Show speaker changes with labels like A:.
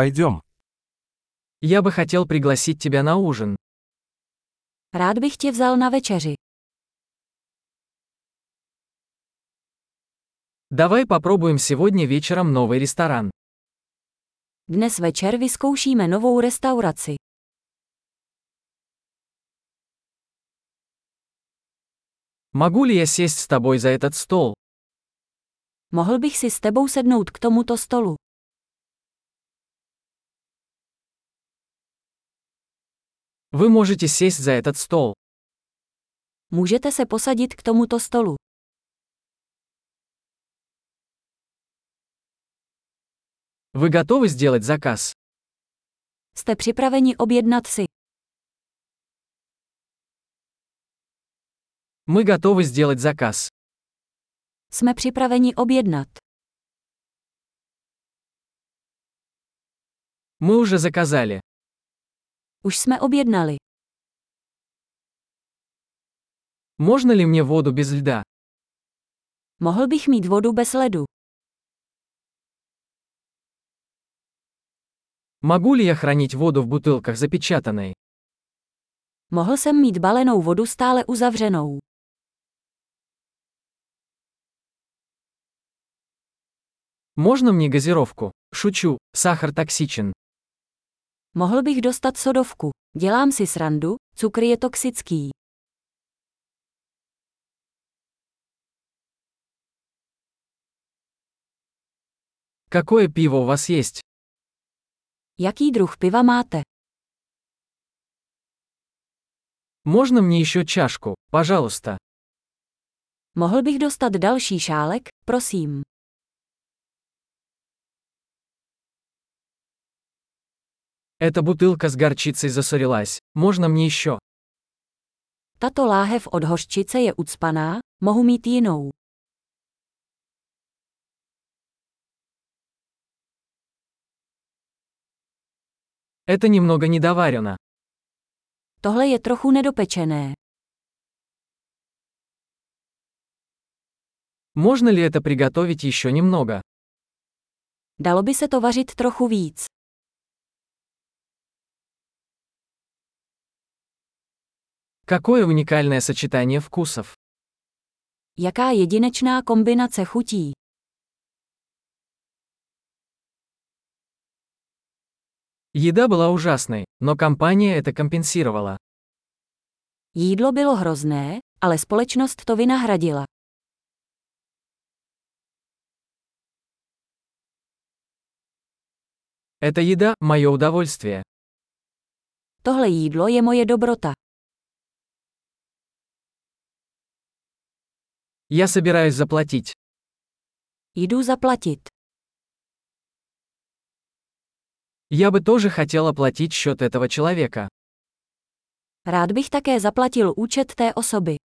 A: Пойдем.
B: Я бы хотел пригласить тебя на ужин.
C: Rád bych tě vzal na večeři.
B: Давай попробуем сегодня вечером новый ресторан.
C: Dnes večer vyzkoušíme novou restauraci.
B: Могу ли я сесть с тобой за этот стол?
C: Mohl bych si s tebou sednout k tomuto stolu.
B: Вы можете сесть за этот стол.
C: Můžete se posadit k tomuto stolu.
B: Вы готовы сделать заказ?
C: Jste připraveni objednat si.
B: Мы готовы сделать заказ.
C: Jsme připraveni objednat.
B: Мы уже заказали.
C: Už jsme objednali.
B: Можно ли мне воду без льда?
C: Mohl bych mít vodu bez ledu.
B: Могу ли я хранить воду в бутылках запечатанной?
C: Mohl jsem mít balenou vodu stále uzavřenou.
B: Можно мне газировку? Шучу, сахар токсичен.
C: Mohl bych dostat sodovku. Dělám si srandu, cukr je toxický.
B: Какое пиво у вас есть?
C: Jaký druh piva máte?
B: Можно мне еще чашку, пожалуйста?
C: Mohl bych dostat další šálek, prosím.
B: Эта бутылка с горчицей засорилась. Можно мне еще?
C: Tato láhev od hořčice je ucpaná, mohu mít jinou.
B: Это немного недоварено.
C: Tohle je trochu nedopečené.
B: Можно ли это приготовить еще немного?
C: Dalo by se to vařit trochu víc.
B: Какое уникальное сочетание вкусов.
C: Jaká jedinečná kombinace chutí.
B: Еда была ужасной, но компания это компенсировала.
C: Jídlo bylo hrozné, ale společnost to vynahradila.
B: Эта еда – мое удовольствие.
C: Tohle jídlo je moje dobrota.
B: Я собираюсь заплатить.
C: Jdu zaplatit.
B: Я бы тоже хотел оплатить счет этого человека.
C: Rád bych také zaplatil účet té osoby.